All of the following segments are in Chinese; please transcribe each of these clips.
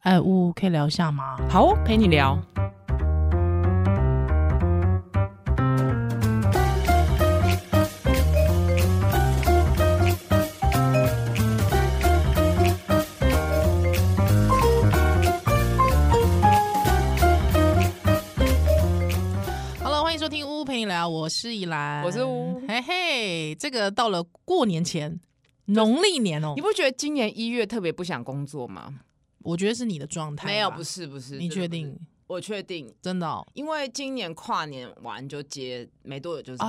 哎，呜，可以聊一下吗？好哦，陪你聊。好了，欢迎收听呜呜陪你聊，我是依兰，我是呜嘿嘿，这个到了过年前，农历年 哦你，不觉得今年一月特别不想工作吗？我觉得是你的状态吧，没有，不是，不是。你真的确不是？定？我确定，真的哦因为今年跨年完就接没多久就是啊，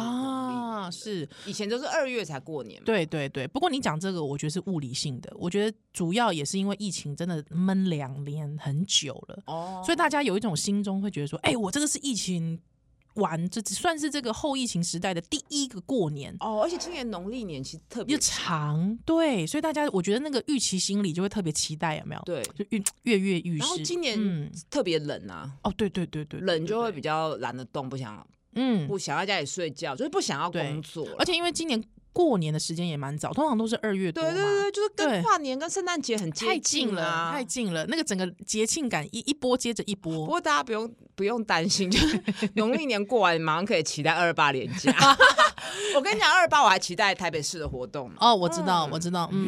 啊，是以前都是二月才过年嘛。对对对。不过你讲这个，我觉得是物理性的，我觉得主要也是因为疫情真的闷两年很久了，哦，所以大家有一种心中会觉得说，哎，我这个是疫情完，这只算是这个后疫情时代的第一个过年。哦，而且今年农历年其实特别又长，对，所以大家我觉得那个预期心理就会特别期待，有没有？对，就跃跃跃欲试。然后今年嗯，特别冷啊，哦，对对对对，对冷就会对比较懒得动，不想嗯，不想在家里睡觉，就是不想要对工作了。而且因为今年过年的时间也蛮早，通常都是二月多对嘛，对对，就是对跟跨年跟圣诞节很接太近了，啊太近了，那个整个节庆感一一波接着一不波。过大家不用不用担心，就是 农历年过完，马上可以期待二八连假。 我跟你讲，二八我还期待台北市的活动呢。哦，我知道，我知道， 嗯，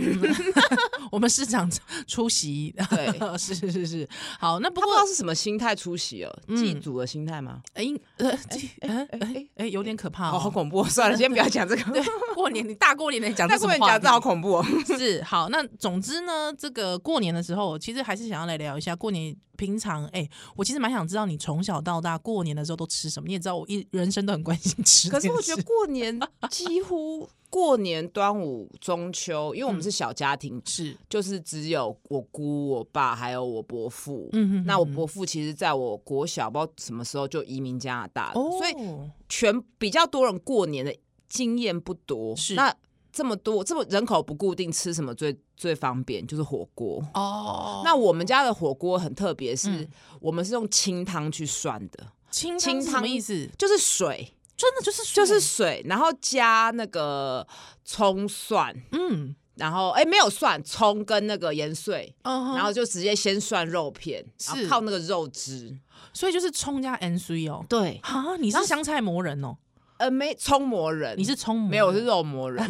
我们市长出席，对是是是是，好，那不他不过知道是什么心态出席了，嗯祭祖的心态吗？哎，应呃，这哎哎哎哎哎，有点可怕哦，好哦。恐怖！算 了，先不要讲这个。对，过年你大过年的讲这那什过么年话讲题这好恐怖哦。 是好，那总之呢，这个过年的时候，其实还是想要来聊一下过年。平常，哎、我其实蛮想知道你从小到大过年的时候都吃什么。你也知道，我一人生都很关心吃这可件事。是我觉得过年几乎过年、端午、中秋，因为我们是小家庭，是，就是只有我姑、我爸还有我伯父。嗯哼那我哼伯父其实在我国小，不知道什么时候就移民加拿大了，哼哦，所以全比较多人过年的经验不多，是那这么多这么人口不固定，吃什么最最方便就是火锅。哦，那我们家的火锅很特别，是、嗯我们是用清汤去涮的，清清汤是什么汤意思？就是水，真的就是就水是水，然后加那个葱蒜，嗯然后哎、没有蒜，葱跟那个盐碎，嗯哼，然后就直接先涮肉片，然后是靠那个肉汁。所以就是葱加 N C 哦。对，啊，你是香菜魔人哦，呃，没葱魔人，你是葱魔嗯没有，我人是肉魔人。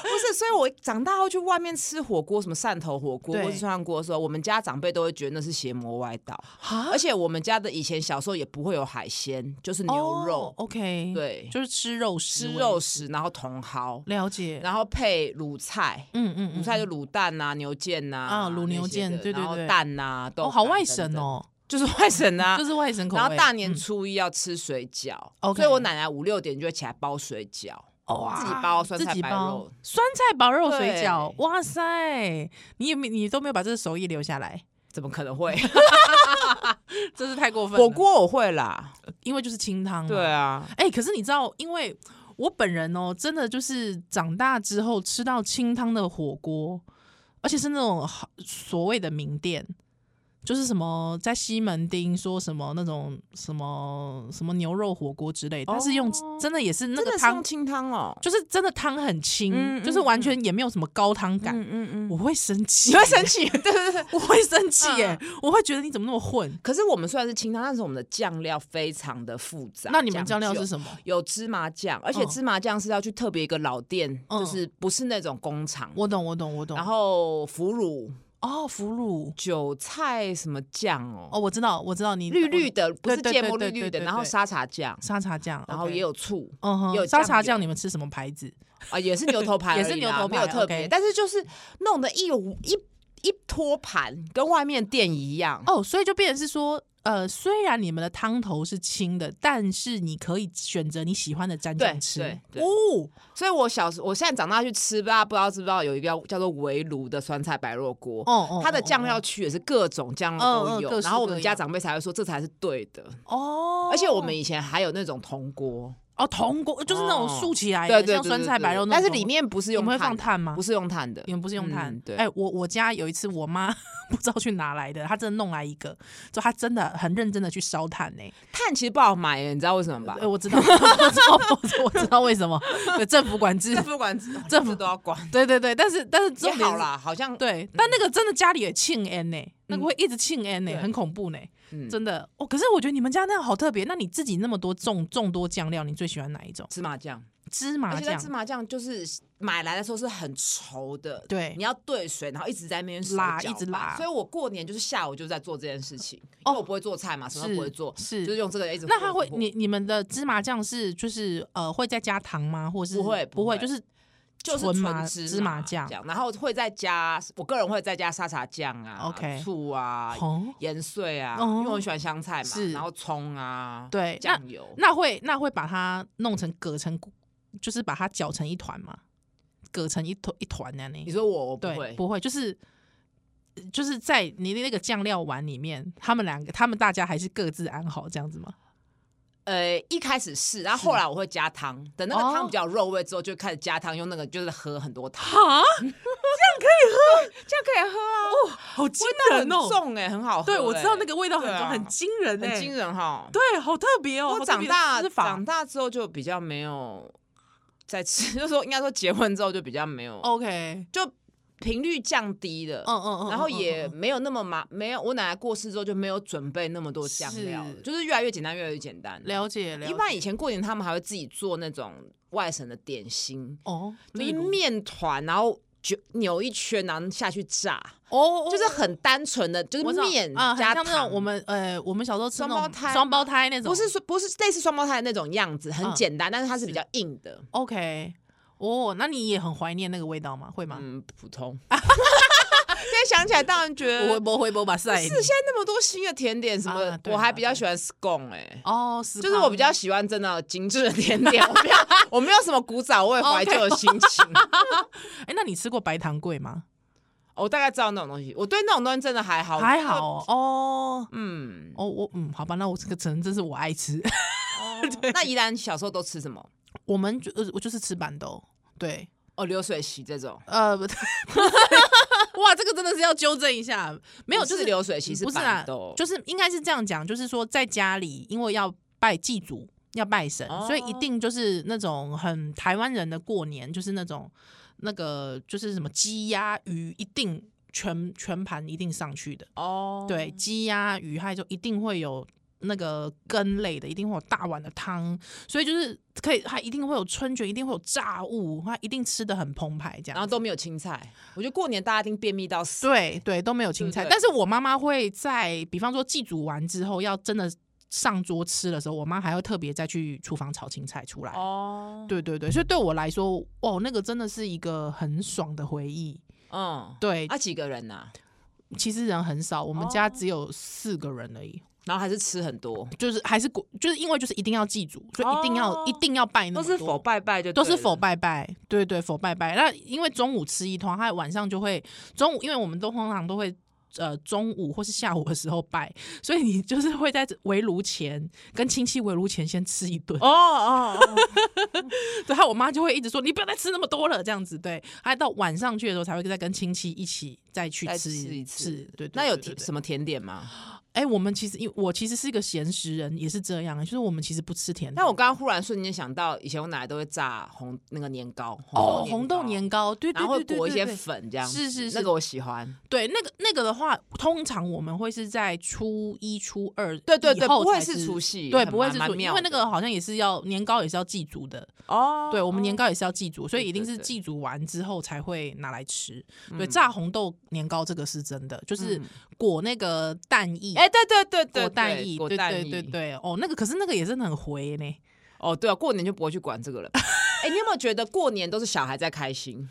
不是，所以我长大后去外面吃火锅，什么汕头火锅对或是涮锅的时候，我们家长辈都会觉得那是邪魔外道。啊而且我们家的以前小时候也不会有海鲜，就是牛哦肉， ，OK，，对，就是吃肉食吃为肉主食，然后茼蒿，了解，然后配卤菜。嗯嗯卤嗯，菜就卤蛋呐、牛腱呐、啊卤牛那些的腱对对然后对蛋呐、豆哦，干好外等省等，哦，就是外省呐、就是外省口味。啊然后大年嗯初一要吃水饺， OK 所以我奶奶五六点就会起来包水饺，哇自己包酸菜自己白包肉酸菜白肉水对饺，哇塞！你也没你都没有把这个手艺留下来，怎么可能会？这是太过分了。火锅我会啦，因为就是清汤嘛，对啊，哎、可是你知道，因为我本人哦，真的就是长大之后吃到清汤的火锅，而且是那种好所谓的名店，就是什么在西门町说什么那种什么什么牛肉火锅之类，但是用、哦真的也是那真个的是汤用，清汤哦，就是真的汤很清，嗯嗯就是完全也没有什么高汤感。嗯嗯嗯，我会生气，你会生气， 对对对。 我会生气耶、嗯我会觉得你怎么那么混？可是我们虽然是清汤，但是我们的酱料非常的复杂。那你们酱料究是什么？有芝麻酱，而且嗯芝麻酱是要去特别一个老店，嗯就是不是那种工厂。我懂，我懂，我懂。然后腐乳、哦，腐乳，韭菜什么酱哦，哦，我知道，我知道你绿绿的，不对是对芥末对绿对绿的，对然后对沙茶酱，沙茶酱，然后 OK 也有醋嗯哼，有沙酱茶油酱，你们吃什么牌子？啊，也是牛头牌而已也啦，是牛头没有牌特 OK 别，但是就是弄得一一一托盘，跟外面店一样。哦，所以就变成是说，呃，虽然你们的汤头是清的，但是你可以选择你喜欢的蘸酱对吃。对对哦，所以我小时，我现在长大去吃，大家不知道知不知道有一个叫叫做围炉的酸菜白肉锅。哦哦，它的酱料哦区也是各种酱料嗯嗯都各有，式然后我各们样家长辈才会说这才是对的。哦，而且我们以前还有那种铜锅，哦铜锅就是那种哦竖起来的，对对，哎像对酸对菜对白肉那种但铜锅，是里面不是你用们会放炭的，炭吗不？是用炭的你，们不是用炭、嗯对哎、我我家有一次，我妈 不知道去哪来的，她真的弄来一个，就她真的很认真的去烧炭呢、炭其实不好买欸耶，你知道为什么吧 哎、？我知道，我知道，我知道为什么，对政府管 制，不管政府都要管，对对对，但是但是也重点好是啦，好像嗯对，但那个真的家里也庆安呢，那个会一直庆安呢，对很恐怖呢、嗯真的哦。可是我觉得你们家那样好特别，那你自己那么多众众多酱料，你最喜欢哪一种？芝麻酱，芝麻而且那酱芝，麻酱就是买来的时候是很稠的，对你要兑水，然后一直在那边手拉搅一直拌拉所以我过年就是下午就在做这件事情，哦因为我不会做菜嘛，什么都不会做，是就是用这个一直和。那它会和你你们的芝麻酱是就是呃会再加糖吗？或者是不会不不会会就是就是纯麻麻芝麻酱这样然后会再加，我个人会再加沙茶酱啊 OK 醋啊、哦盐碎啊，哦因为我很喜欢香菜嘛是，然后葱啊，，对那酱油。那会那会把它弄成葛成就是把它搅成一团嘛，葛成一团一团那样你呢？说我我不对，会，不会就是。就是在你的那个酱料碗里面，他们两个，他们大家还是各自安好这样子吗？呃，一开始是，然后后来我会加汤，等那个哦汤比较有肉味之后，就开始加汤，用那个就是喝很多汤， 啊，这样可以喝啊，哦好惊味道很！重哎，很好喝欸。对，我知道那个味道很对重，啊很惊人哎，很惊人哈。对，好特别哦。我好特长别的大吃法哦长大之后就比较没有再吃， 就是说应该说结婚之后就比较没哦有， ，OK，就频率降低了。嗯嗯嗯，然后嗯也嗯没有那么麻，没有我奶奶过世之后就没有准备那么多酱料了是，就是越来越简单，越来越简单。了解了解，一般以前过年他们还会自己做那种外省的点心，哦，就是例如面团，然后就扭一圈，然后下去炸，哦，就是很单纯的，就我知是道面啊，很加像那糖。种我们呃，我们小时候吃那种双胞胎双胞胎那种，不是说不是类似双胞胎的那种样子，很嗯简单，但是它是比较硬的， OK。哦，那你也很怀念那个味道吗？会吗？嗯，普通。 现在想起来，当然觉 得我不会，我把赛嗯是现在那么多新的甜点，什啊么对我还啦比较对喜欢 scone 哎。哦，就就是我比较喜欢真的精致的甜点， 我没有我没有什么古早味怀 OK 旧的心 情。哎，那你吃过白糖桂吗？ 我大概知道那种东西，我对那种东西真的还好，还好哦哦嗯。哦，我嗯，好吧，那我这个可能真是我爱吃， 那宜兰小时候都吃什么？我们就呃我就是吃板豆，对，哦，流水席这种呃，不对 哇，这个真的是要纠正一下，没有，不就是流水席不是板啊豆，，就是应该是这样讲，就是说在家里，因为要拜祭祖，要拜神，哦所以一定就是那种很台湾人的过年，就是那种那个就是什么鸡鸭鱼，一定全全盘一定上去的。哦，对，鸡鸭鱼还就一定会有那个羹类的，一定会有大碗的汤，所以就是可以，它一定会有春卷，一定会有炸物，它一定吃的很澎湃这样子。然后都没有青菜。我觉得过年大家一定便秘到死。对对，都没有青菜。对不对但是我妈妈会在，比方说祭祖完之后，要真的上桌吃的时候，我妈还会特别再去厨房炒青菜出来。哦，对对对，所以对我来说，哦，那个真的是一个很爽的回忆。嗯，对，啊几个人呐、其实人很少，我们家哦只有四个人而已，然后还是吃很多，就是还是国就是因为就是一定要祭祖，所以一定要、一哦定要拜那都么是多，否拜拜就都是否否拜拜，对对否拜拜。那因为中午吃一团，还有晚上就会中午，因为我们都通常都会。呃，中午或是下午的时候拜，所以你就是会在围炉前跟亲戚围炉前先吃一顿，哦哦哦， 对，还有我妈就会一直说你不要再吃那么多了，这样子，对，还到晚上去的时候才会再跟亲戚一起再去再吃吃是一次对对 那有对对甜对什么甜点吗？哎、我们其实因为我其实是一个闲食人，也是这样，就是我们其实不吃甜的，但我刚刚忽然瞬间想到，以前我奶奶都会炸红那个年糕，哦红红豆豆年糕，糕，对对然后对会对裹一些对粉这样，是是是那个我喜欢。对，那个那个的话，通常我们会是在初一、初二，对对对，不不会是除，夕，对，很不会蛮是蛮初，因妙为那的个好像也是要年糕也是要祭祖的，哦，对我们年糕也是要祭祖，所以对一定对是对祭祖完之后才会拿来吃。对，炸红豆年糕这个是真的，就是嗯裹那个蛋液。哎，对对对对，裹蛋对液，裹对蛋对对液对，哦，那个可是那个也真的很回呢、哦，对啊，过年就不会去管这 个了。哎、你有没有觉得过年都是小孩在开心？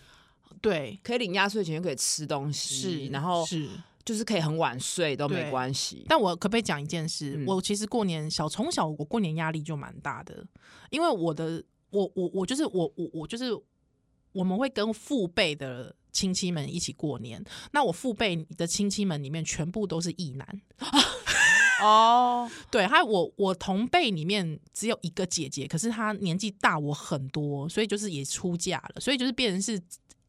对，可以领压岁钱，又可以吃东西，是，然后是。就是可以很晚睡都对没关系。但我可不可以讲一件事？嗯我其实过年小从小我过年压力就蛮大的，因为我的我我我就是我我我就是我们会跟父辈的亲戚们一起过年，那我父辈的亲戚们里面全部都是异男，哦，对，还有我我同辈里面只有一个姐姐，可是她年纪大我很多，所以就是也出嫁了，所以就是变成是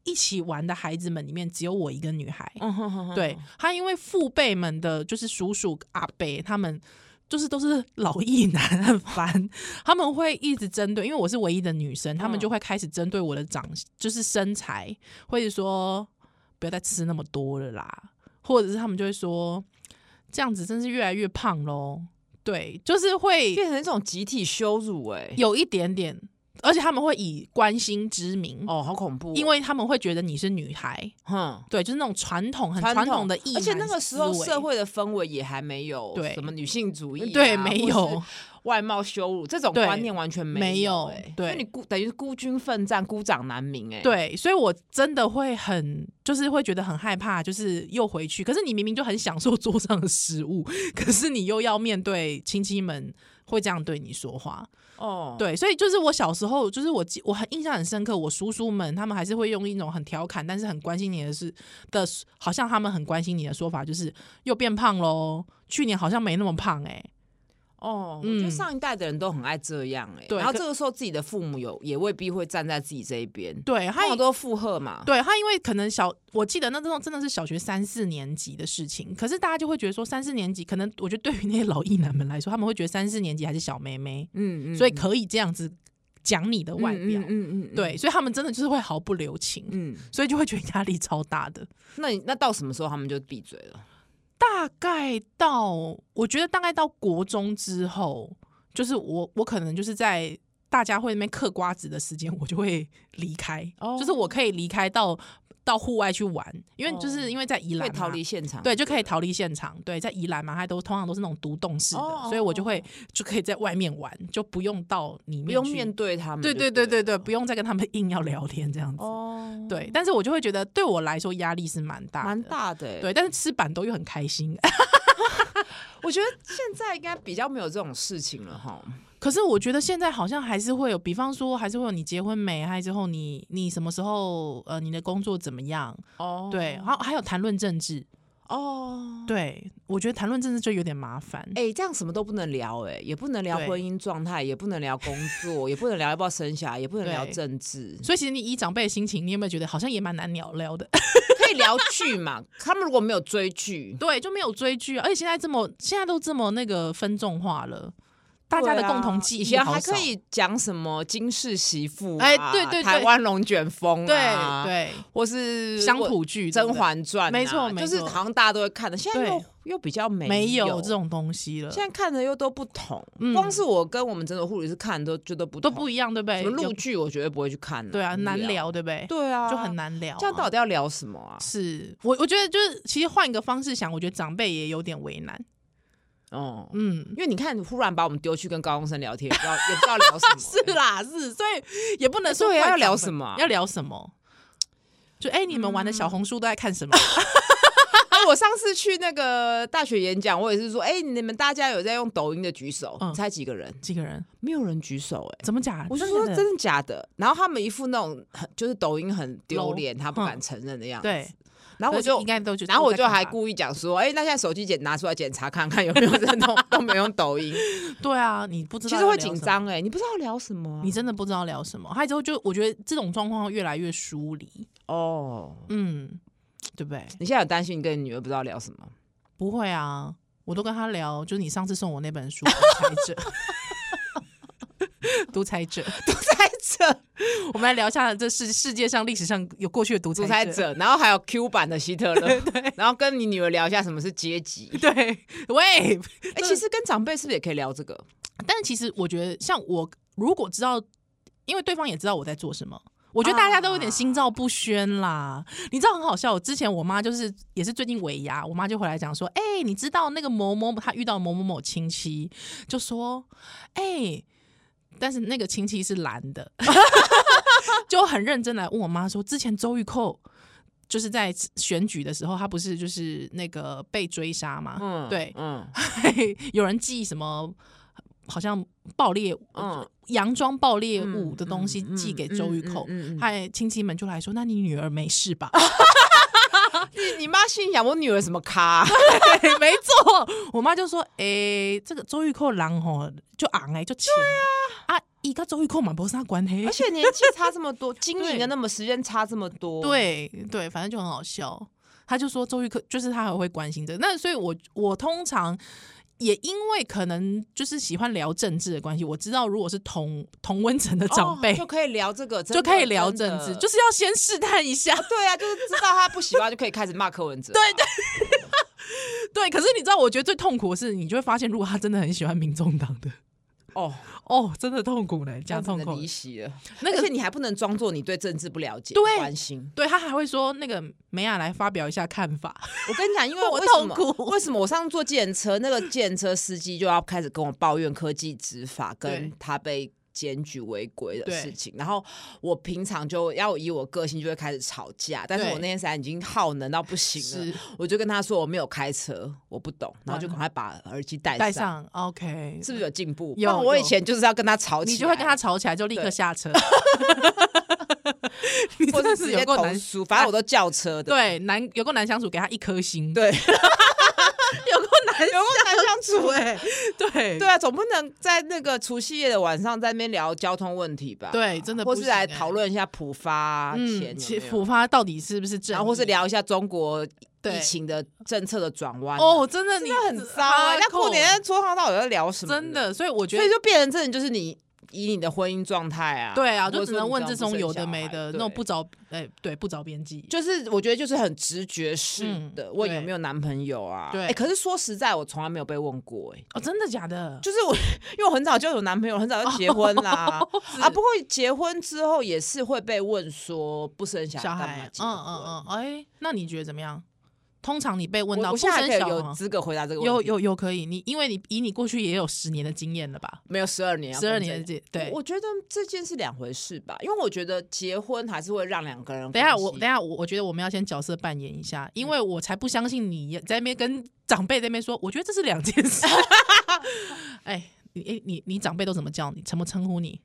一起玩的孩子们里面只有我一个女孩，嗯哼哼 哼对，他因为父辈们的就是叔叔阿伯他们。就是都是老 一男，很烦。他们会一直针对，因为我是唯一的女生，他们嗯就会开始针对我的长，就是身材，或者说不要再吃那么多了啦，或者是他们就会说这样子真是越来越胖喽。对，就是会变成一种集体羞辱哎、有一点点，而且他们会以关心之名，哦，好恐怖哦、因为他们会觉得你是女孩，哼。对，就是那种传统很传传统的意，而且那个时候社会会的氛围也还没有对什么女性主义啊、对没或是有外貌羞辱这种对观念完全没有有、欸，对因为你孤等于是孤军奋战、孤掌难鸣哎、欸，对，所以我真的会很就是会觉得很害怕，就是又回去，可是你明明就很享受桌上的食物， 可是你又要面对亲戚们会这样对你说话，哦，对，所以就是我小时候，就是我记我很印象很深刻，我叔叔们他们还是会用一种很调侃，但是很关心你的事的，好像他们很关心你的说法，就是又变胖喽，去年好像没那么胖哎、哦，我觉得嗯上一代的人都很爱这样哎、欸，对然后可这个时候自己的父母有也未必会站在自己这一边，对，他还们都附和嘛，对他，因为可能小，我记得那种真的是小学三四年级的事情，可是大家就会觉得说三四年级，可能我觉得对于那些老一男们来说，他们会觉得三四年级还是小妹妹，嗯嗯，所以可以这样子讲你的嗯外表嗯，嗯嗯嗯，对，所以他们真的就是会毫不留情，嗯，所以就会觉得压力超大的。那你那到什么时候他们就闭嘴了？大概到我觉得大概到国中之后，就是我我可能就是在大家会那边嗑瓜子的时间，我就会离开， 哦就是我可以离开到到户外去玩，因为就哦是因为在宜会兰嘛逃离现场，啊对，就可以逃离现场。对，在宜兰嘛，它都通常都是那种独栋式的，哦所以我就会就可以在外面玩，就不用到里面，不用面。对他们对就了，对对对对，不用再跟他们硬要聊天这样子。哦，对，但是我就会觉得对我来说压力是蛮大的，蛮。大的、欸，对，但是吃板豆又很开心。我觉得现在应该比较没有这种事情了哈。可是我觉得现在好像还是会有，比方说还是会有你结婚没，还之后你你什么时候呃你的工作怎么样？哦对，然后还有谈论政治。哦，对，我觉得谈论政治就有点麻烦。哎、这样什么都不能聊、哎，也不能聊对婚姻状态，也不能聊工作，也不能聊要不要生小孩，也不能聊对政治，所以其实你以长辈的心情，你有没有觉得好像也蛮难聊聊的？ 可以聊剧嘛？他们如果没有追剧，对，就没有追剧啊，而且现在这么现在都这么那个分众化了，大家的对啊共同记以忆前好还少。可以讲什么金氏媳妇、啊，哎对对对台湾龙卷风、啊，对，对或是对，乡土剧对《甄不对嬛传、啊》，没错没就是错好像大家都会看的，现在对又又比较没没有有这。种东西了现，在看的又都不同，嗯光是我跟我们诊所护理师看都就都不都同不一样，对不对？什么陆有剧，我绝对不会去看的。对啊，很无难，聊，对不对？对啊，就很。难聊啊。这样到底要聊什么啊？是我，我觉得就是，其实换一个方式想，我觉得长辈也有点为难。哦、嗯，因为你看，忽然把我们丢去跟高中生聊天，也不知道也不知道 聊什么、 欸是啊啦，是，所以也不能说对啊怪要聊长辈什么啊嗯要聊什么？就哎、你们玩的小红书都在看什 么？哎，我上次去那个大学演讲，我也是说，哎、你们大家有在用抖音的举手，嗯你猜几个人？几个人？没有人举手、哎，怎么假？我是真的假说的真的假的？然后他们一副那种很就是抖音很丢 Low 脸，他不嗯敢承认的样子。对，然啊后我就应该都就，然后我就还顾故意讲说，哎、那现在手机检拿出来检查看看有没有人都都没有用抖音，对啊，你 不知其道实会要聊紧什么，张哎，你不知道聊什么啊、你真的不知道聊什么。还有之后就我觉得这种状况会越来越疏离，哦，嗯，对不对？你现在有担心你跟你女儿不知道聊什么？ 不会啊，我都跟他聊，就是你上次送我那本书《 独裁者》。独裁者，独裁者，我们来聊一下这世世界上历史上有过去的独独裁裁。者，然后还有 Q 版的希特勒，然后跟你女儿聊一下什么是阶级。 对，喂，哎、其实跟长辈是不是也可以聊这个？但是其实我觉得，像我如果知道，因为对方也知道我在做什么，我觉得大家都有点心照不宣啦。你知道很好笑，我之前我妈就是也是最近尾牙，我妈就回来讲说：“哎、你知道那个某某她遇到某某某亲戚，就说哎、但是那个亲戚是蓝的， 就很认真来问我妈说，之前周玉蔻。”就是在选举的时候，她不是就是那个被追杀嘛？嗯，对， 嗯有人寄什么好像爆裂、嗯，佯装爆裂嗯物的东西嗯寄给嗯周玉嗯蔻，嗯嗯嗯嗨、亲戚们就来说：“那你女儿没事 吧？” 你你妈心里想我女儿什么咖？对，哎没错。我妈就说：“诶、这个周玉蔻狼吼就昂哎就钱啊，一个周玉蔻嘛不是他关黑而，且年纪差这么 多，经营的那么时间差这么多，，对对，反正就很好笑。”他就说周玉蔻就是他还会关心这个，那所以我我通常。也因为可能就是喜欢聊政治的关系，我知道如果是同同温层的长辈、哦、就可以聊这个，真就的可以聊政治，真的哦就是要先试探一下。 对啊，就是知道他不喜欢就可以开始骂柯文哲、对对，对，可是你知道，我觉得最痛苦的是，你就会发现，如果他真的很喜欢民众党的， 哦，哦，真的痛苦呢，加这样痛子的苦。离席了。那而且个，你还不能装作你对政治不了解、对不关心。对他还会说，那个梅亚来发表一下看 法。我跟你讲，因 为我为什痛么苦为什么我上次坐检车，那个检车司机就要开始跟我抱怨科技执法，跟对他被。检举违规的对事情，然后我平常就要以我个性就会开始吵架，但是对我那天实在已经耗能到不行了，是我就跟他说我没有开车，我不懂，然后就赶快把耳机戴上，带上，OK，是不是有进步？有不然我以有前就是要跟他吵起来，你就会跟他吵起来，就立刻对下车。 你或真者的直是接有够投难，诉，反正我都叫车的，对难 有够难相处，给他一颗星。对，有够难，欸有够难相处哎、对对啊，总不能在那个除夕夜的晚上在那边聊交通问题吧？，对，真的或不是行欸来讨论一下普发啊钱嗯，有其没有，普发到底是不是正义，然后或是聊一下中国对疫情的政策的转弯啊。哦，真的你真的很糟啊！人家过年在桌上到底在聊什么？真，的，所以我觉所得以就变成真的就是你以你的婚姻状态啊，对啊，或就者只说能你问怎这种么生有小的没孩的，那对种不着哎对不着边际，就是我觉得就是很直觉式嗯的问有对没有男朋友啊？对哎可是说实在，我从来没有被问过哎、哦，真的假的？就是我因为我很早就有男朋友，很早就结婚啦。是啊，不过结婚之后也是会被问说不生小孩小干孩嘛，结嗯婚？嗯嗯，哎，那你觉得怎么样？通常你被问我到我不现在还生可以小有吗？资格回答这个问题，有有有可以，你因为你以你过去也有十年的经验了吧？没有十二年啊？十二跟年的这经对我，我觉得这件事两回事吧，因为我觉得结婚还是会让两个人等一下关系我等一下我我觉得我们要先角色扮演一下，因为我才不相信你在那边跟长辈在那边说，我觉得这是两件事。 哎，你哎你你长辈都怎么叫你？怎么称呼你？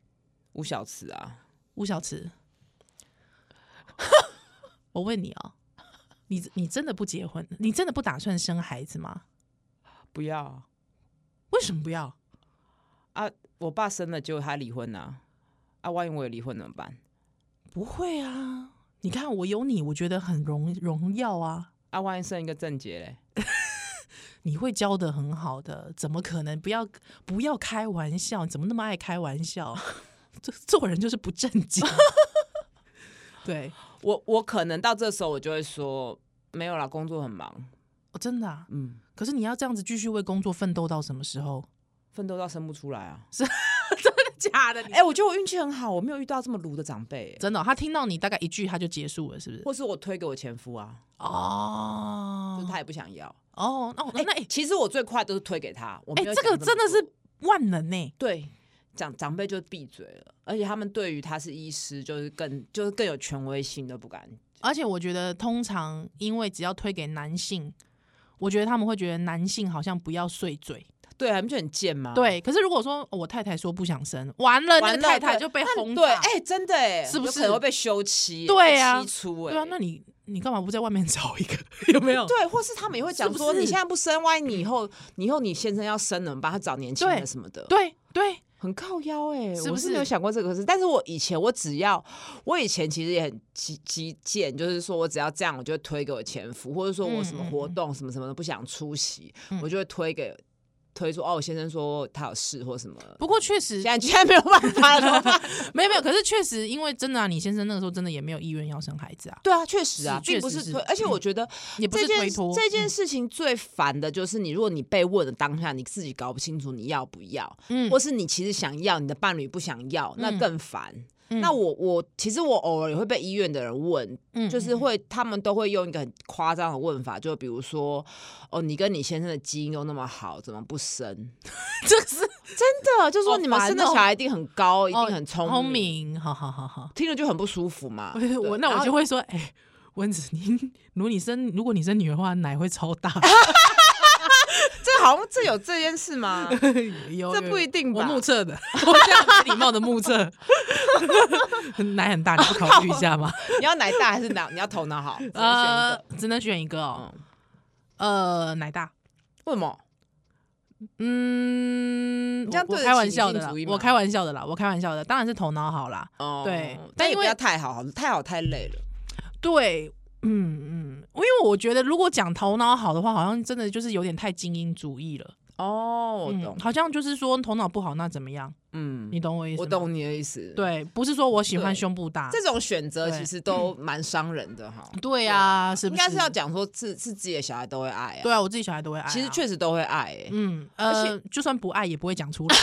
吴小慈啊，吴小慈， 我问你哦，你你真的不结婚？你真的不打算生孩子吗？不要啊为什么不要？啊，我爸生了，结果他离婚啊，啊，万一我也离婚怎么办？不会啊，你看我有你，我觉得很荣荣耀啊。啊，万一生一个正杰嘞？你会教的很好的，怎么可能？不要不要开玩笑，你怎么那么爱开玩笑？ 这做人就是不正经。 对，我我可能到这时候我就会说没有啦，工作很忙，哦，真的、啊。嗯，可是你要这样子继续为工作奋斗到什么时候？奋斗到生不出来啊。 假的，哎、我觉得我运气很好，我没有遇到这么鲁的长辈、欸真的哦、他听到你大概一句他就结束了，是不是？或是我推给我前夫啊，哦就是他也不想要。哦，那我那哎其实我最快都是推给他，我没哎有，这讲个真的么多是万能欸呢、对。长长辈就闭嘴了，而且他们对于他是医师，就是更就是更有权威性，都不敢。而且我觉得，通常因为只要推给男性，我觉得他们会觉得男性好像不要碎嘴。对，他们就很贱嘛。对，可是如果说、哦我太太说不想生，啊完了，完那了，个太太对就被那轰炸。对，哎、真的哎、是不有可是能会被休妻、欸？对啊被七出哎、对啊，那你你干嘛不在外面 找一个？有没有？对，或是他们也会讲不说，你是现在不生，万一你以后你以后你先生要生了，我们帮他找年轻对的什么的。对对很靠腰哎、是我不是没有是想过这个事，但是我以前我只要，我以前其实也很激激贱，就是说我只要这样，我就会推给我前夫，或者说我什么嗯嗯活嗯动什么什么的不想出席，嗯我就会推给推说哦，我先生说他有事或什么。不过确实现在居然没有办法 了，怎么办没有没有，可是确实因为真的啊，你先生那个时候真的也没有意愿要生孩子啊，对啊，确实啊，是确并不实是是嗯推，而且我觉得也不这是件推脱嗯这件事情最烦的就是你，如果你被问的当下，你自己搞不清楚你要不要，嗯或是你其实想要，你的伴侣不想要，那嗯更烦。嗯那我我其实我偶尔也会被医院的人问，嗯就是会他们都会用一个很夸张的问法，就比如说，哦，你跟你先生的基因都那么好，怎么不生？这个是真的，就说好你们烦生的哦小孩一定很高，一定哦很聪聪明，好好好好。听了就很不舒服嘛。对我那然我后 就会说，哎、蚊子，你如果你生如果你生女儿的话，奶会超啊大。这好像这有这件事吗？ 有这不一定吧我目测的， 我这样很礼貌的目测， 奶很大，你不考虑一下吗？你要奶大还是脑？你要头 脑 好？只能选呃一个，嗯只能选一个哦。呃，奶大，为什么？嗯，你这样我我对得开起玩女笑性的啦主义，我吗开玩笑的啦，我开玩笑的，当然是头脑好啦。哦对但但也因不为要太好，太好太累了。对，嗯嗯，因为我觉得如果讲头脑好的话，好像真的就是有点太精英主义了。哦，我嗯懂，好像就是说头脑不好那怎么样？嗯，你懂我意思？我。懂你的意思。，对，不是说我喜欢对胸部大。这种选择对其实都蛮伤人的哈。对啊，是应不该是要讲说是是自己的小孩都会爱啊。对啊，我自己小孩都会爱啊、其实确实都会爱欸，嗯，而呃，就算不爱也不会讲出 来。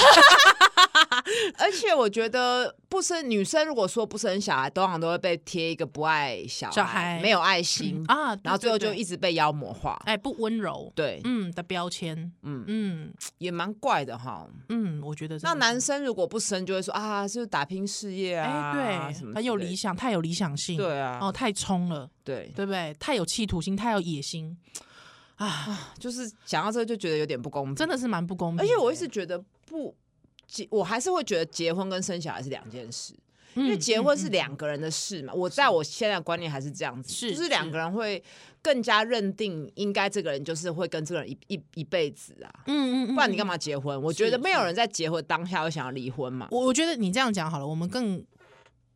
而且我觉得不生女生如果说不生小孩，通常都会被贴一个不爱小小孩没有爱心，啊，对 然后最后对就对一直被妖魔化。哎不温柔，对，嗯的标签，嗯，嗯也蛮怪的哈。嗯，我觉得真那的男生如果不生，就会说啊，就是打拼事业啊，哎什对，么很有之类理想，太有理想性，的。对啊，哦，太冲了，对，对不对？太有企图心，太有野心啊，就是讲到这个就觉得有点不公平。真的是嗯蛮不公平的。而且我一直觉得不结，我还是会觉得结婚跟生小孩是两件事，因为嗯结嗯婚是嗯两个人的事嘛。我在我现在的观念还是这样子，是就是两是个人会更加认定，应该这个人就是会跟这个人一一一辈子啊，嗯嗯嗯，不然你干嘛？嘛结婚？我是觉得没有是人在结婚当下会想要离婚嘛。我我觉得你这样讲好了，我们更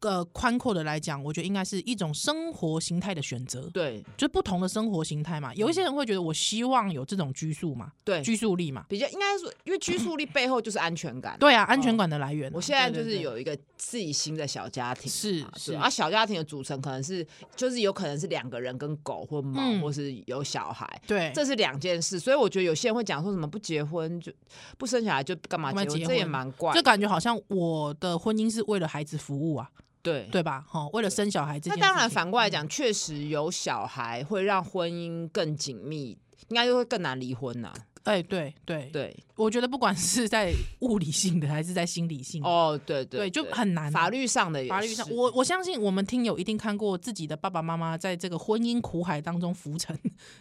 呃宽阔的来讲，我觉得应该是一种生活形态的选择，对就是不同的生活形态嘛。有一些人会觉得我希望有这种拘束嘛，对，拘束力嘛，比较应该说，因为拘束力背后就是安全感。对啊，安全感的来源啊、哦我现在对就是。对对有一个自己新的小家庭是嘛，是对啊，小家庭的组成可能是就是有可能是两个人跟狗或猫，嗯或是有小孩，对，这是两件事。所以我觉得有些人会讲说什么不结婚就不生小孩就干嘛干嘛结婚，结这也婚蛮怪就。感觉好像我的婚姻是为了孩子服务啊，对，对吧？哈，为了生小孩这件那事情嗯当然反过来讲，确实有小孩会让婚姻更紧密，应该就会更难离婚呐、哎、对对，对，我觉得不管是在物理性的还是在心理性的，哦，对嗯对对，就很难啊、法律上的也法律上，哦是我我相信我们听友一定看过自己的爸爸妈妈在这个婚姻苦海当中浮沉、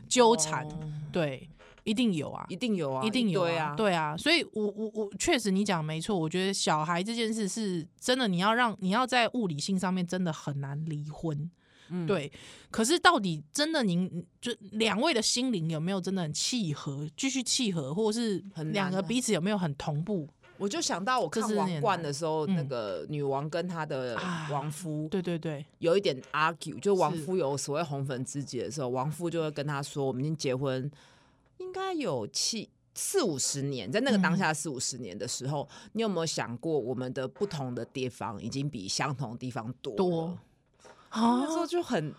纠缠，哦对，一定有啊，一定有啊，一定有对啊，对啊，所以我我我确实你讲没错，我觉得小孩这件事是真的，你要让你要在物理性上面真的很难离婚。嗯对，可是到底真的您就两位的心灵有没有真的很契合，继续契合，或者是很难两个啊彼此有没有很同步？我就想到我看这是有王点冠难的时候，嗯那个女王跟她的啊王夫对对对，有一点 argue，就王是夫有所谓红粉知己的时候，王夫就会跟她说：“我们已经结婚，应该有七四五十年，在那个当嗯下四五十年的时候，你有没有想过，我们的不同的地方已经比相同的地方多了多？”啊那时，候就很，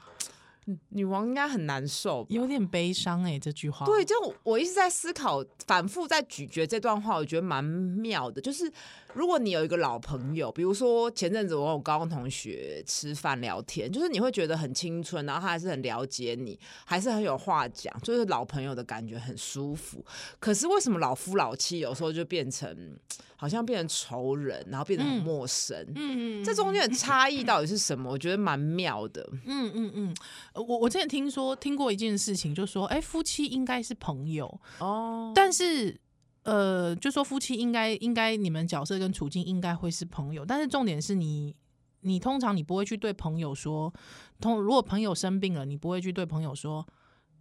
女王应该很难受吧。有点悲伤哎、这句话。对，就我一直在思考，反复在咀嚼这段话，我觉得蛮妙的。就是如果你有一个老朋友，比如说前阵子我跟我高中同学吃饭聊天，就是你会觉得很青春，然后他还是很了解你，还是很有话讲，就是老朋友的感觉很舒服。可是为什么老夫老妻有时候就变成好像变成仇人，然后变得很嗯陌生？嗯，嗯，这中间的差异到底是什么？我觉得蛮妙的。嗯嗯嗯，呃我我之前听说听过一件事情，就说哎、夫妻应该是朋友，哦，但是呃，就说夫妻应该应该你们角色跟处境应该会是朋友，但是重点是你你通常你不会去对朋友说，通如果朋友生病了，你不会去对朋友说。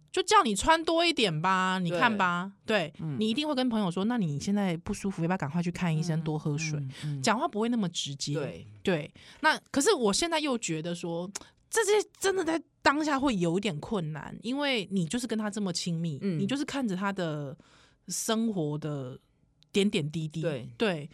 就叫你穿多一点吧，你看对吧，对嗯你一定会跟朋友说，那你现在不舒服，要不要赶快去看医生，多喝水？嗯，嗯讲话不会那么直接，对。对，那可是我现在又觉得说，这些真的在当下会有一点困难，因为你就是跟他这么亲密，嗯你就是看着他的生活的点点滴滴，对对，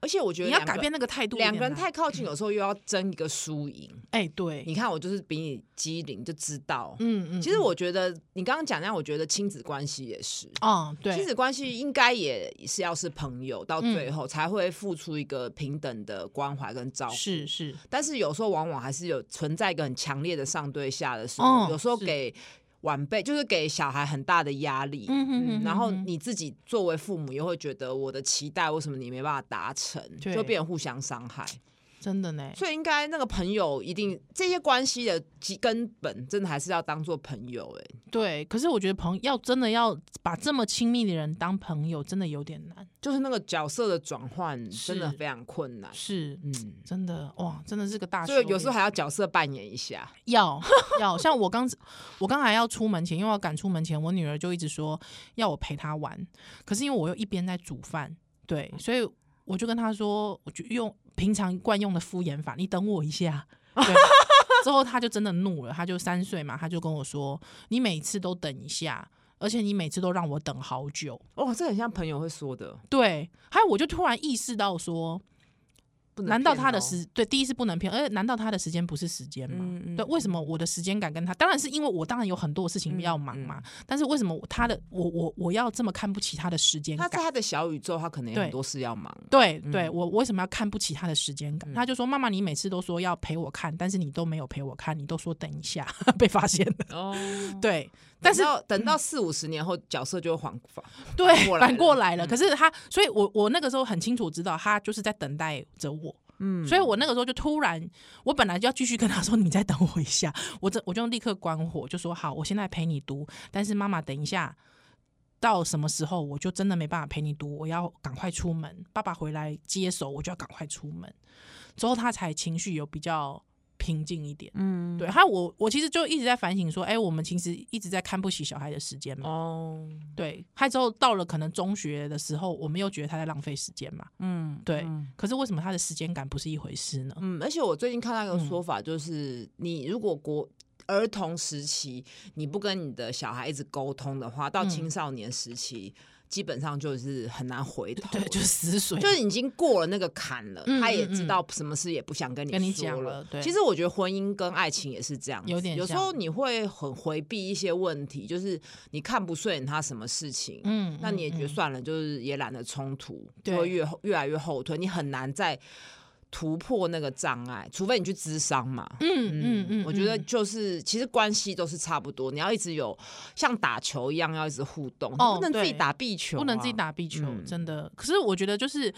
而且我觉得你要两个改变那个态度有点难，两个人太靠近，有时候又要争一个输赢。哎、对，你看，我就是比你机灵，就知道。嗯嗯，其实我觉得你刚刚讲那样，我觉得亲子关系也是，啊、嗯亲对，子关系应该也是要是朋友，到嗯最后才会付出一个平等的关怀跟照顾。是是，但是有时候往往还是有存在一个很强烈的上对下的时候，嗯有时候是给晚辈就是给小孩很大的压力，嗯哼哼嗯，然后哼哼你自己作为父母又会觉得我的期待为什么你没办法达成，对就变成互相伤害。真的呢，所以应该那个朋友一定这些关系的基根本，真的还是要当做朋友、欸。对，可是我觉得朋要真的要把这么亲密的人当朋友，真的有点难，就是那个角色的转换是真的非常困难。是。嗯，真的哇，真的是个大所以修有时候炼还要角色扮演一下。要要，像我刚我刚才要出门前，因为我要赶出门前，我女儿就一直说要我陪她玩，可是因为我又一边在煮饭，对，所以我就跟她说，我就用平常惯用的敷衍法，你等我一下。对之后她就真的怒了，她就三岁嘛，她就跟我说，你每次都等一下。而且你每次都让我等好久。哦，这很像朋友会说的，对，还有我就突然意识到说，不能难道骗他的哦？时对第一是不能骗，而且难道他的时间不是时间吗？嗯嗯嗯对，为什么我的时间感跟他？当然是因为我当然有很多事情要忙嘛，但是为什么我他的我我我要这么看不起他的时间他感？在他嗯的小宇宙，他可能有对很多事要忙。 对对，我我为什么要看不起他的时间感？他嗯就说：“妈妈，你每次都说要陪我看，但是你都没有陪我看，你都说等一下 被发现了。哦，”对，但但是嗯是等到四五十年后，角色就会缓缓对过来反了嗯过来了。可是他，所以我我那个时候很清楚知道他就是在等待着我。嗯，所以我那个时候就突然，我本来就要继续跟他说：“你再等我一下。”我这我就立刻关火，就说：“好，我现在陪你读，但是妈妈等一下。”到什么时候我就真的没办法陪你读，我要赶快出门，爸爸回来接手，我就要赶快出门。之后他才情绪有比较平静一点。嗯，对，他我我其实就一直在反省说，哎、我们其实一直在看不起小孩的时间嘛。哦，对，他之后到了可能中学的时候，我们又觉得他在浪费时间嘛。嗯，对，嗯可是为什么他的时间感不是一回事呢？ 嗯，而且我最近看到一嗯个说法，就是、你如果国儿童时期你不跟你的小孩一直沟通的话，到嗯青少年时期、基本上就是很难回头对 了。，就是死水，就是已经过了那个坎了，嗯他也嗯知嗯道什么事也不想跟跟你你说讲了。了对其实我觉得婚姻跟爱情也是这样子，有点有时像候你会很回避一些问题，就是你看不顺眼他什么事情，嗯那你也觉得嗯算了，就是也懒得冲突，对就会越后越来越后退，你很难再突破那个障碍，除非你去咨商嘛。嗯嗯嗯，我觉得嗯就是其实关系都是差不多，你要一直有像打球一样要一直互动，你哦不能自己对打壁球、啊不能自己。打壁球，嗯真的。可是我觉得就是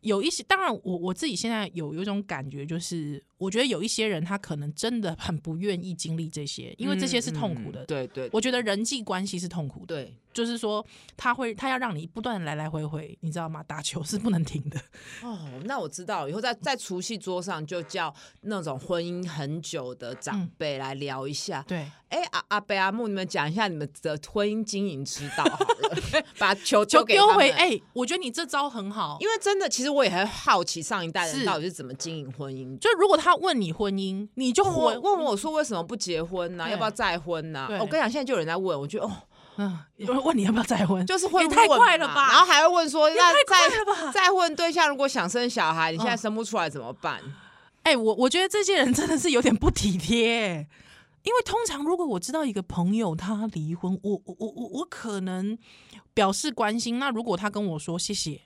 有一些，当然我我自己现在有有一种感觉，就是我觉得有一些人他可能真的很不愿意经历这些，因为这些是痛苦的。嗯嗯对对我觉得人际关系是痛苦的，对，就是说他会他要让你不断来来回回，你知道吗？打球是不能停的。哦，那我知道，以后在在除夕桌上就叫那种婚姻很久的嗯长辈来聊一下。对，哎、阿阿贝阿木，你们讲一下你们的婚姻经营之道好了， 把球就给丢他回们哎、我觉得你这招很好，因为真的，其实我也很好奇上一代人是到底是怎么经营婚姻。就如果他问你婚姻，你就问我回问我说为什么不结婚呢、嗯对要不要再婚呢、啊哦对我跟你讲，现在就有人在问，我觉得哦，嗯，问你要不要再婚，就是会也太问快了嘛吧然后还会问说，那太快再了吧再婚对象如果想生小孩，你现在嗯生不出来怎么办？哎、我我觉得这些人真的是有点不体贴，因为通常如果我知道一个朋友他离婚，我我我我我可能表示关心，那如果他跟我说谢谢。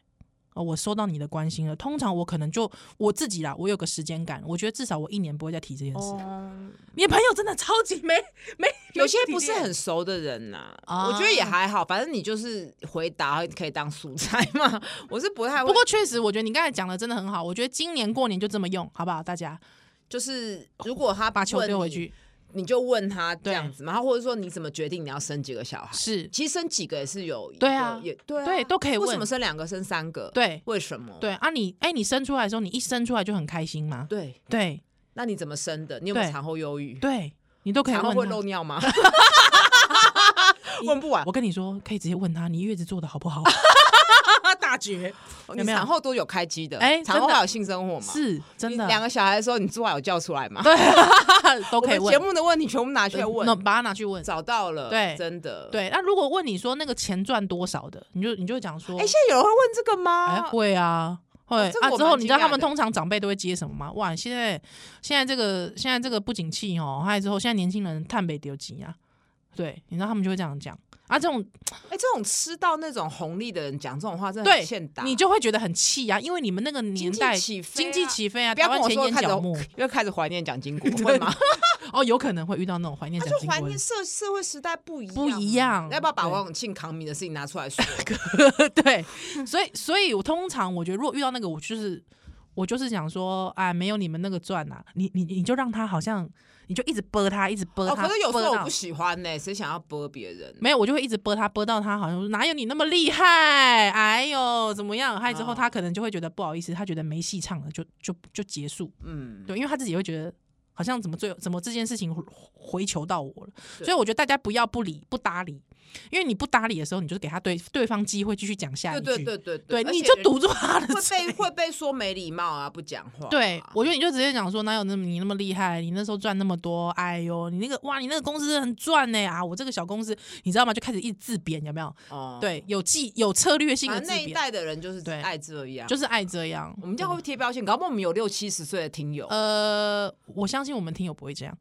哦，我收到你的关心了。通常我可能就我自己啦，我有个时间感，我觉得至少我一年不会再提这件事。哦，你的朋友真的超级没没，有些体不是贴很熟的人呐、啊我觉得也还好，反正你就是回答可以当素材嘛。啊我是不太会，不过确实，我觉得你刚才讲的真的很好。我觉得今年过年就这么用，好不好？大家就是如果他把球问丢回你，去，你就问他这对样子嘛，然后或者说你怎么决定你要生几个小孩？是其实生几个也是有一个，对啊也啊对、啊、对都可以为问什么生两个生三个？，对为什么？对啊你！哎，你生出来的时候，你一生出来就很开心吗？对，对那你怎么生的？你有没有对产后忧郁？对，你都可以产后会啊问啊漏他。尿吗？问不完，我跟你说，可以直接问他，你月子做的好 不好？大绝哦你有没有产后多久开机的？哎产后真的还有性生活吗？ 是真的你，两个小孩的时候，你做好有叫出来吗？ 都可以我们节问，目的问题全部拿去问那，把它拿去问。找到了，对真的，。对，那如果问你说那个钱赚多少的，你就你就讲说哎，，现在有人会问这个哎，吗？会啊，会、哦这个啊。我之蛮后你知道惊讶他们的通常长辈都会接什么吗？哇，现在现在这个现在这个不景气哦，还有之后现在年轻人探北丢急啊，对，你知道他们就会这样讲啊，这种哎，这种吃到那种红利的人讲这种话，真的很对欠打。你就会觉得很气啊，因为你们那个年经济代起飞经济啊起飞啊，不要台跟湾我前说眼开始角目又开始怀念蒋 经国，会吗？哦，有可能会遇到那种怀念他蒋就经怀国念的。社社会时代不一样，啊不一样要不要把对王永庆扛米的事情拿出来说？ 对，所以所以我通常我觉得，如果遇到那个，我就是我就是想说，啊，没有你们那个赚啊，你你你就让他好像，你就一直拨他，一直 拨哦，他，可是有时拨候我到不喜欢呢，谁想要剥别人？没有，我就会一直播他，播到他好像说哪有你那么厉害，哎呦怎么样？害之后哦他可能就会觉得不好意思，他觉得没戏唱了，就就就结束。嗯，对，因为他自己会觉得好像怎么最怎么这件事情回回球到我了，对所以我觉得大家不要不理不搭理，因为你不搭理的时候，你就给他对对方机会继续讲下一对句，对对对对而你且就人堵住他的会嘴被。会被说没礼貌啊，不讲话啊、对，我觉得你就直接讲说，哪有那么你那么厉害？你那时候赚那么多，哎呦，你那个哇，你那个公司很赚呢、啊！我这个小公司，你知道吗？就开始一直自贬，有没有？哦，对，有计有策略性的反自正那一贬，代的人就是对爱这样，就是爱这样。我们这样会不会贴标签？搞不好我们有六七十岁的听友，呃，我相信我们听友不会这样。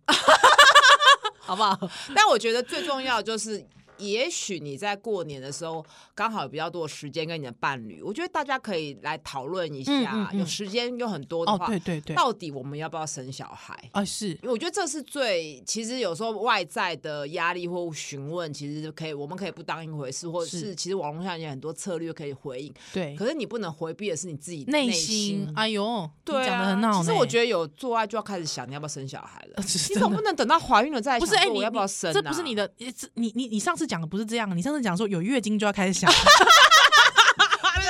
好不 好？但我觉得最重要就是。也许你在过年的时候刚好有比较多的时间跟你的伴侣，我觉得大家可以来讨论一嗯下，嗯嗯有时间有很多的哦话，，对对对，啊、到底我们要不要生小孩？是，因为我觉得这是最，其实有时候外在的压力或询问，其实可以，我们可以不当一回事，或者是是其实网络上有很多策略可以回应，对，可是你不能回避的是你自己内心心，。哎呦，你对讲啊，的很好、呢其实我觉得有做爱就要开始想你要不要生小孩了呃， 是你真总的不能等到怀孕了再不是想哎、说你我要不要你生、啊？这不是你的，呃这你你你上次讲的不是这样，你上次讲说有月经就要开始 想，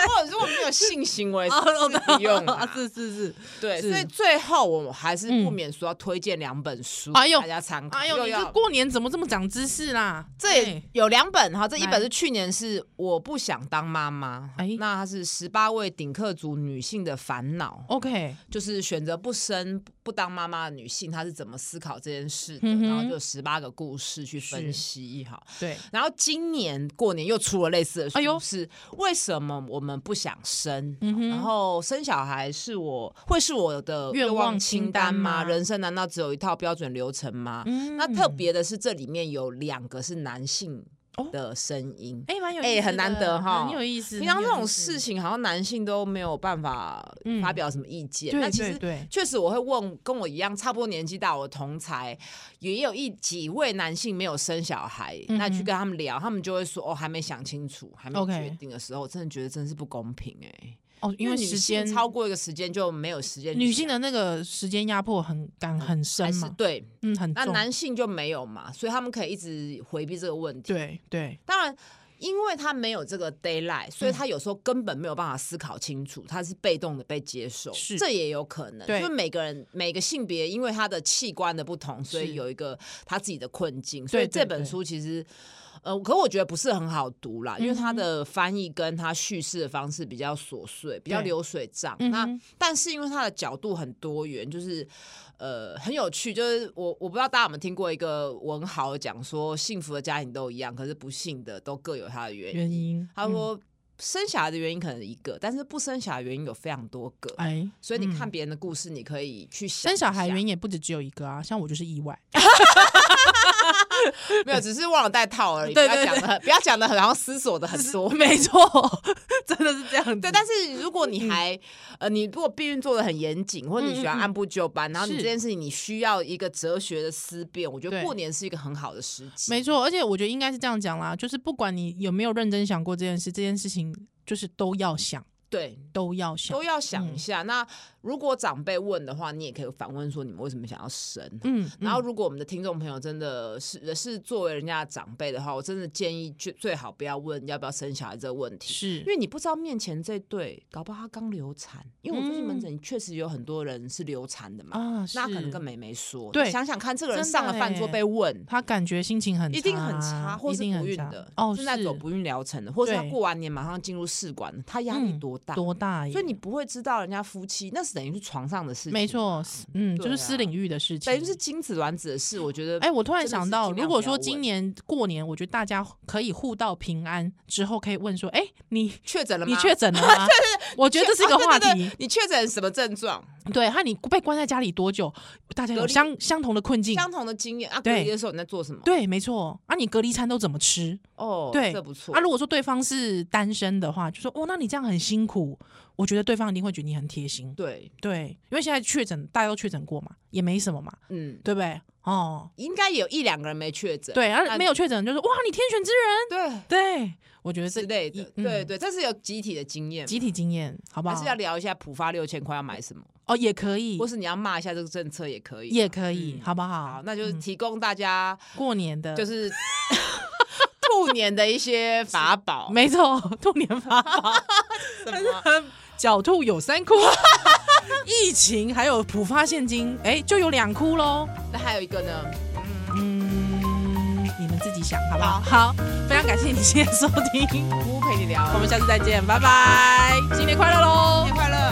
或者如果没有性行 为是哦不用啊 是是是，对，是所以最后我还是不嗯免说要推荐两本书，哎呦大家参考。哎呦，又你要这过年怎么这么长知识啦？这也哎有两本哈，这一来本是去年是我不想当妈妈，哎那它是十八位顶客族女性的烦恼， OK，就是选择不生不不当妈妈的女性，她是怎么思考这件事的，嗯哼然后就十八个故事去分是析哈。对，然后今年过年又出了类似的书，哎呦是为什么我们不想生？嗯哼然后生小孩是我会是我的愿望望清清单单吗？吗人生难道只有一套标准流程吗？嗯 那特别的是，这里面有两个是男性的声音。哦哎，蛮有哎意思很难的得哈很有意思。平常很这有意种思事，情，好像男性都没有办法嗯发表什么意见。那对其对实对，确实，我会问跟我一样差不多年纪大我的同才，也有一几位男性没有生小孩，嗯哼那去跟他们聊，他们就会说哦，还没想清楚，还没 OK 决定的时候，我真的觉得真是不公平哎、哦，因为女时性间超过一个时间就没有时间，女性的那个时间压迫很感很嗯还深是嘛，对，嗯，很那重，男性就没有嘛，所以他们可以一直回避这个问题。对对，当然。因为他没有这个 d a y l i g h t 嗯所以他有时候根本没有办法思考清楚，他是被动的被接受，是这也有可能。对就是每个人每个性别，因为他的器官的不同，所是以有一个他自己的困境。所以对对这本书其实，呃，可我觉得不是很好读啦，嗯因为它的翻译跟它叙事的方式比较琐碎，比较对流水账。嗯那哼但是因为它的角度很多元，就是呃很有趣，就是我我不知道大家有没有听过一个文豪讲说，幸福的家庭都一样，可是不幸的都各有它的原因。原因，他嗯，说。生小孩的原因可能一个，但是不生小孩的原因有非常多个，哎，所以你嗯看别人的故事，你可以去想生小孩一下原因也不止只有一个啊，像我就是意外，没有，只是忘了带套 而已。对不对。要讲的，不要讲的，好像思索的很多 没错，真的 是这样子。嗯对，但是如果你还、呃，你如果避孕做的很严谨，或者你喜欢按部就班，然后你是这件事情你需要一个哲学的思辨，我觉得对过年是一个很好的时机。没错，而且我觉得应该是这样讲啦，就是不管你有没有认真想过这件事，这件事情就是都要想，对，都要想都。要想嗯一下。那如果长辈问的话，你也可以反问说你们为什么想要生？嗯，然后，嗯如果我们的听众朋友真的是是作为人家的长辈的话，我真的建议最最好不要问要不要生小孩这个问题，嗯因是为你不知道面前这对，搞不好他刚流产。因为我最近门嗯诊确实有很多人是流产的嘛，啊，那他可能是跟美美说，对你想想看，这个人真的上了饭桌欸被问。他感觉心情很一定很差，或一是定不很孕差的，哦，正在走是不孕疗程的，或是他对过完年马上进入试管的，他压力嗯多大？多大耶？所以你不会知道人家夫妻，那是等于是床上的事情，没，错，嗯，就对是啊私领域的事情，等于是精子卵子的事。我觉得，哎、我突然真的想是到，尽如量果不要说今问年过年，我觉得大家可以互道平安之后，可以问说，哎、你确诊了吗？你确 诊了吗？我觉得这是一个话题。啊对对对你确诊什么症状？对，和你被关在家里多久，大家隔有离相相同的困境。相同的经验啊？隔对离的时候你在做什么？对，没错。啊，你隔离餐都怎么吃？哦，对这不错啊，。如果说对方是单身的话，就说哦，那你这样很辛苦。我觉得对方一定会觉得你很贴心。对，对，因为现在确诊，大家都确诊过嘛，也没什么嘛，嗯，对不对？哦，应该有一两个人没确诊，对，而那没有确诊就是哇，你天选之人。对对，我觉得这之类的，嗯对对，这是有集体的经验嘛。集体哦经验，好不还好？是要聊一下浦发六千块要买什么，哦，也可以或，是你要骂一下这个政策也可以，也可以，嗯好不好好，？那就是嗯呃提供大家过年的，就是 兔年的一些法宝，没错，兔年 发什么狡兔有三窟， 疫情还有普发现金，哎，就有两窟喽。那还有一个呢？嗯，你们自己享，好不好？好，非常感谢你今天的收听，姑陪你聊，我们下次再见，拜拜，新年快乐喽！新年快乐。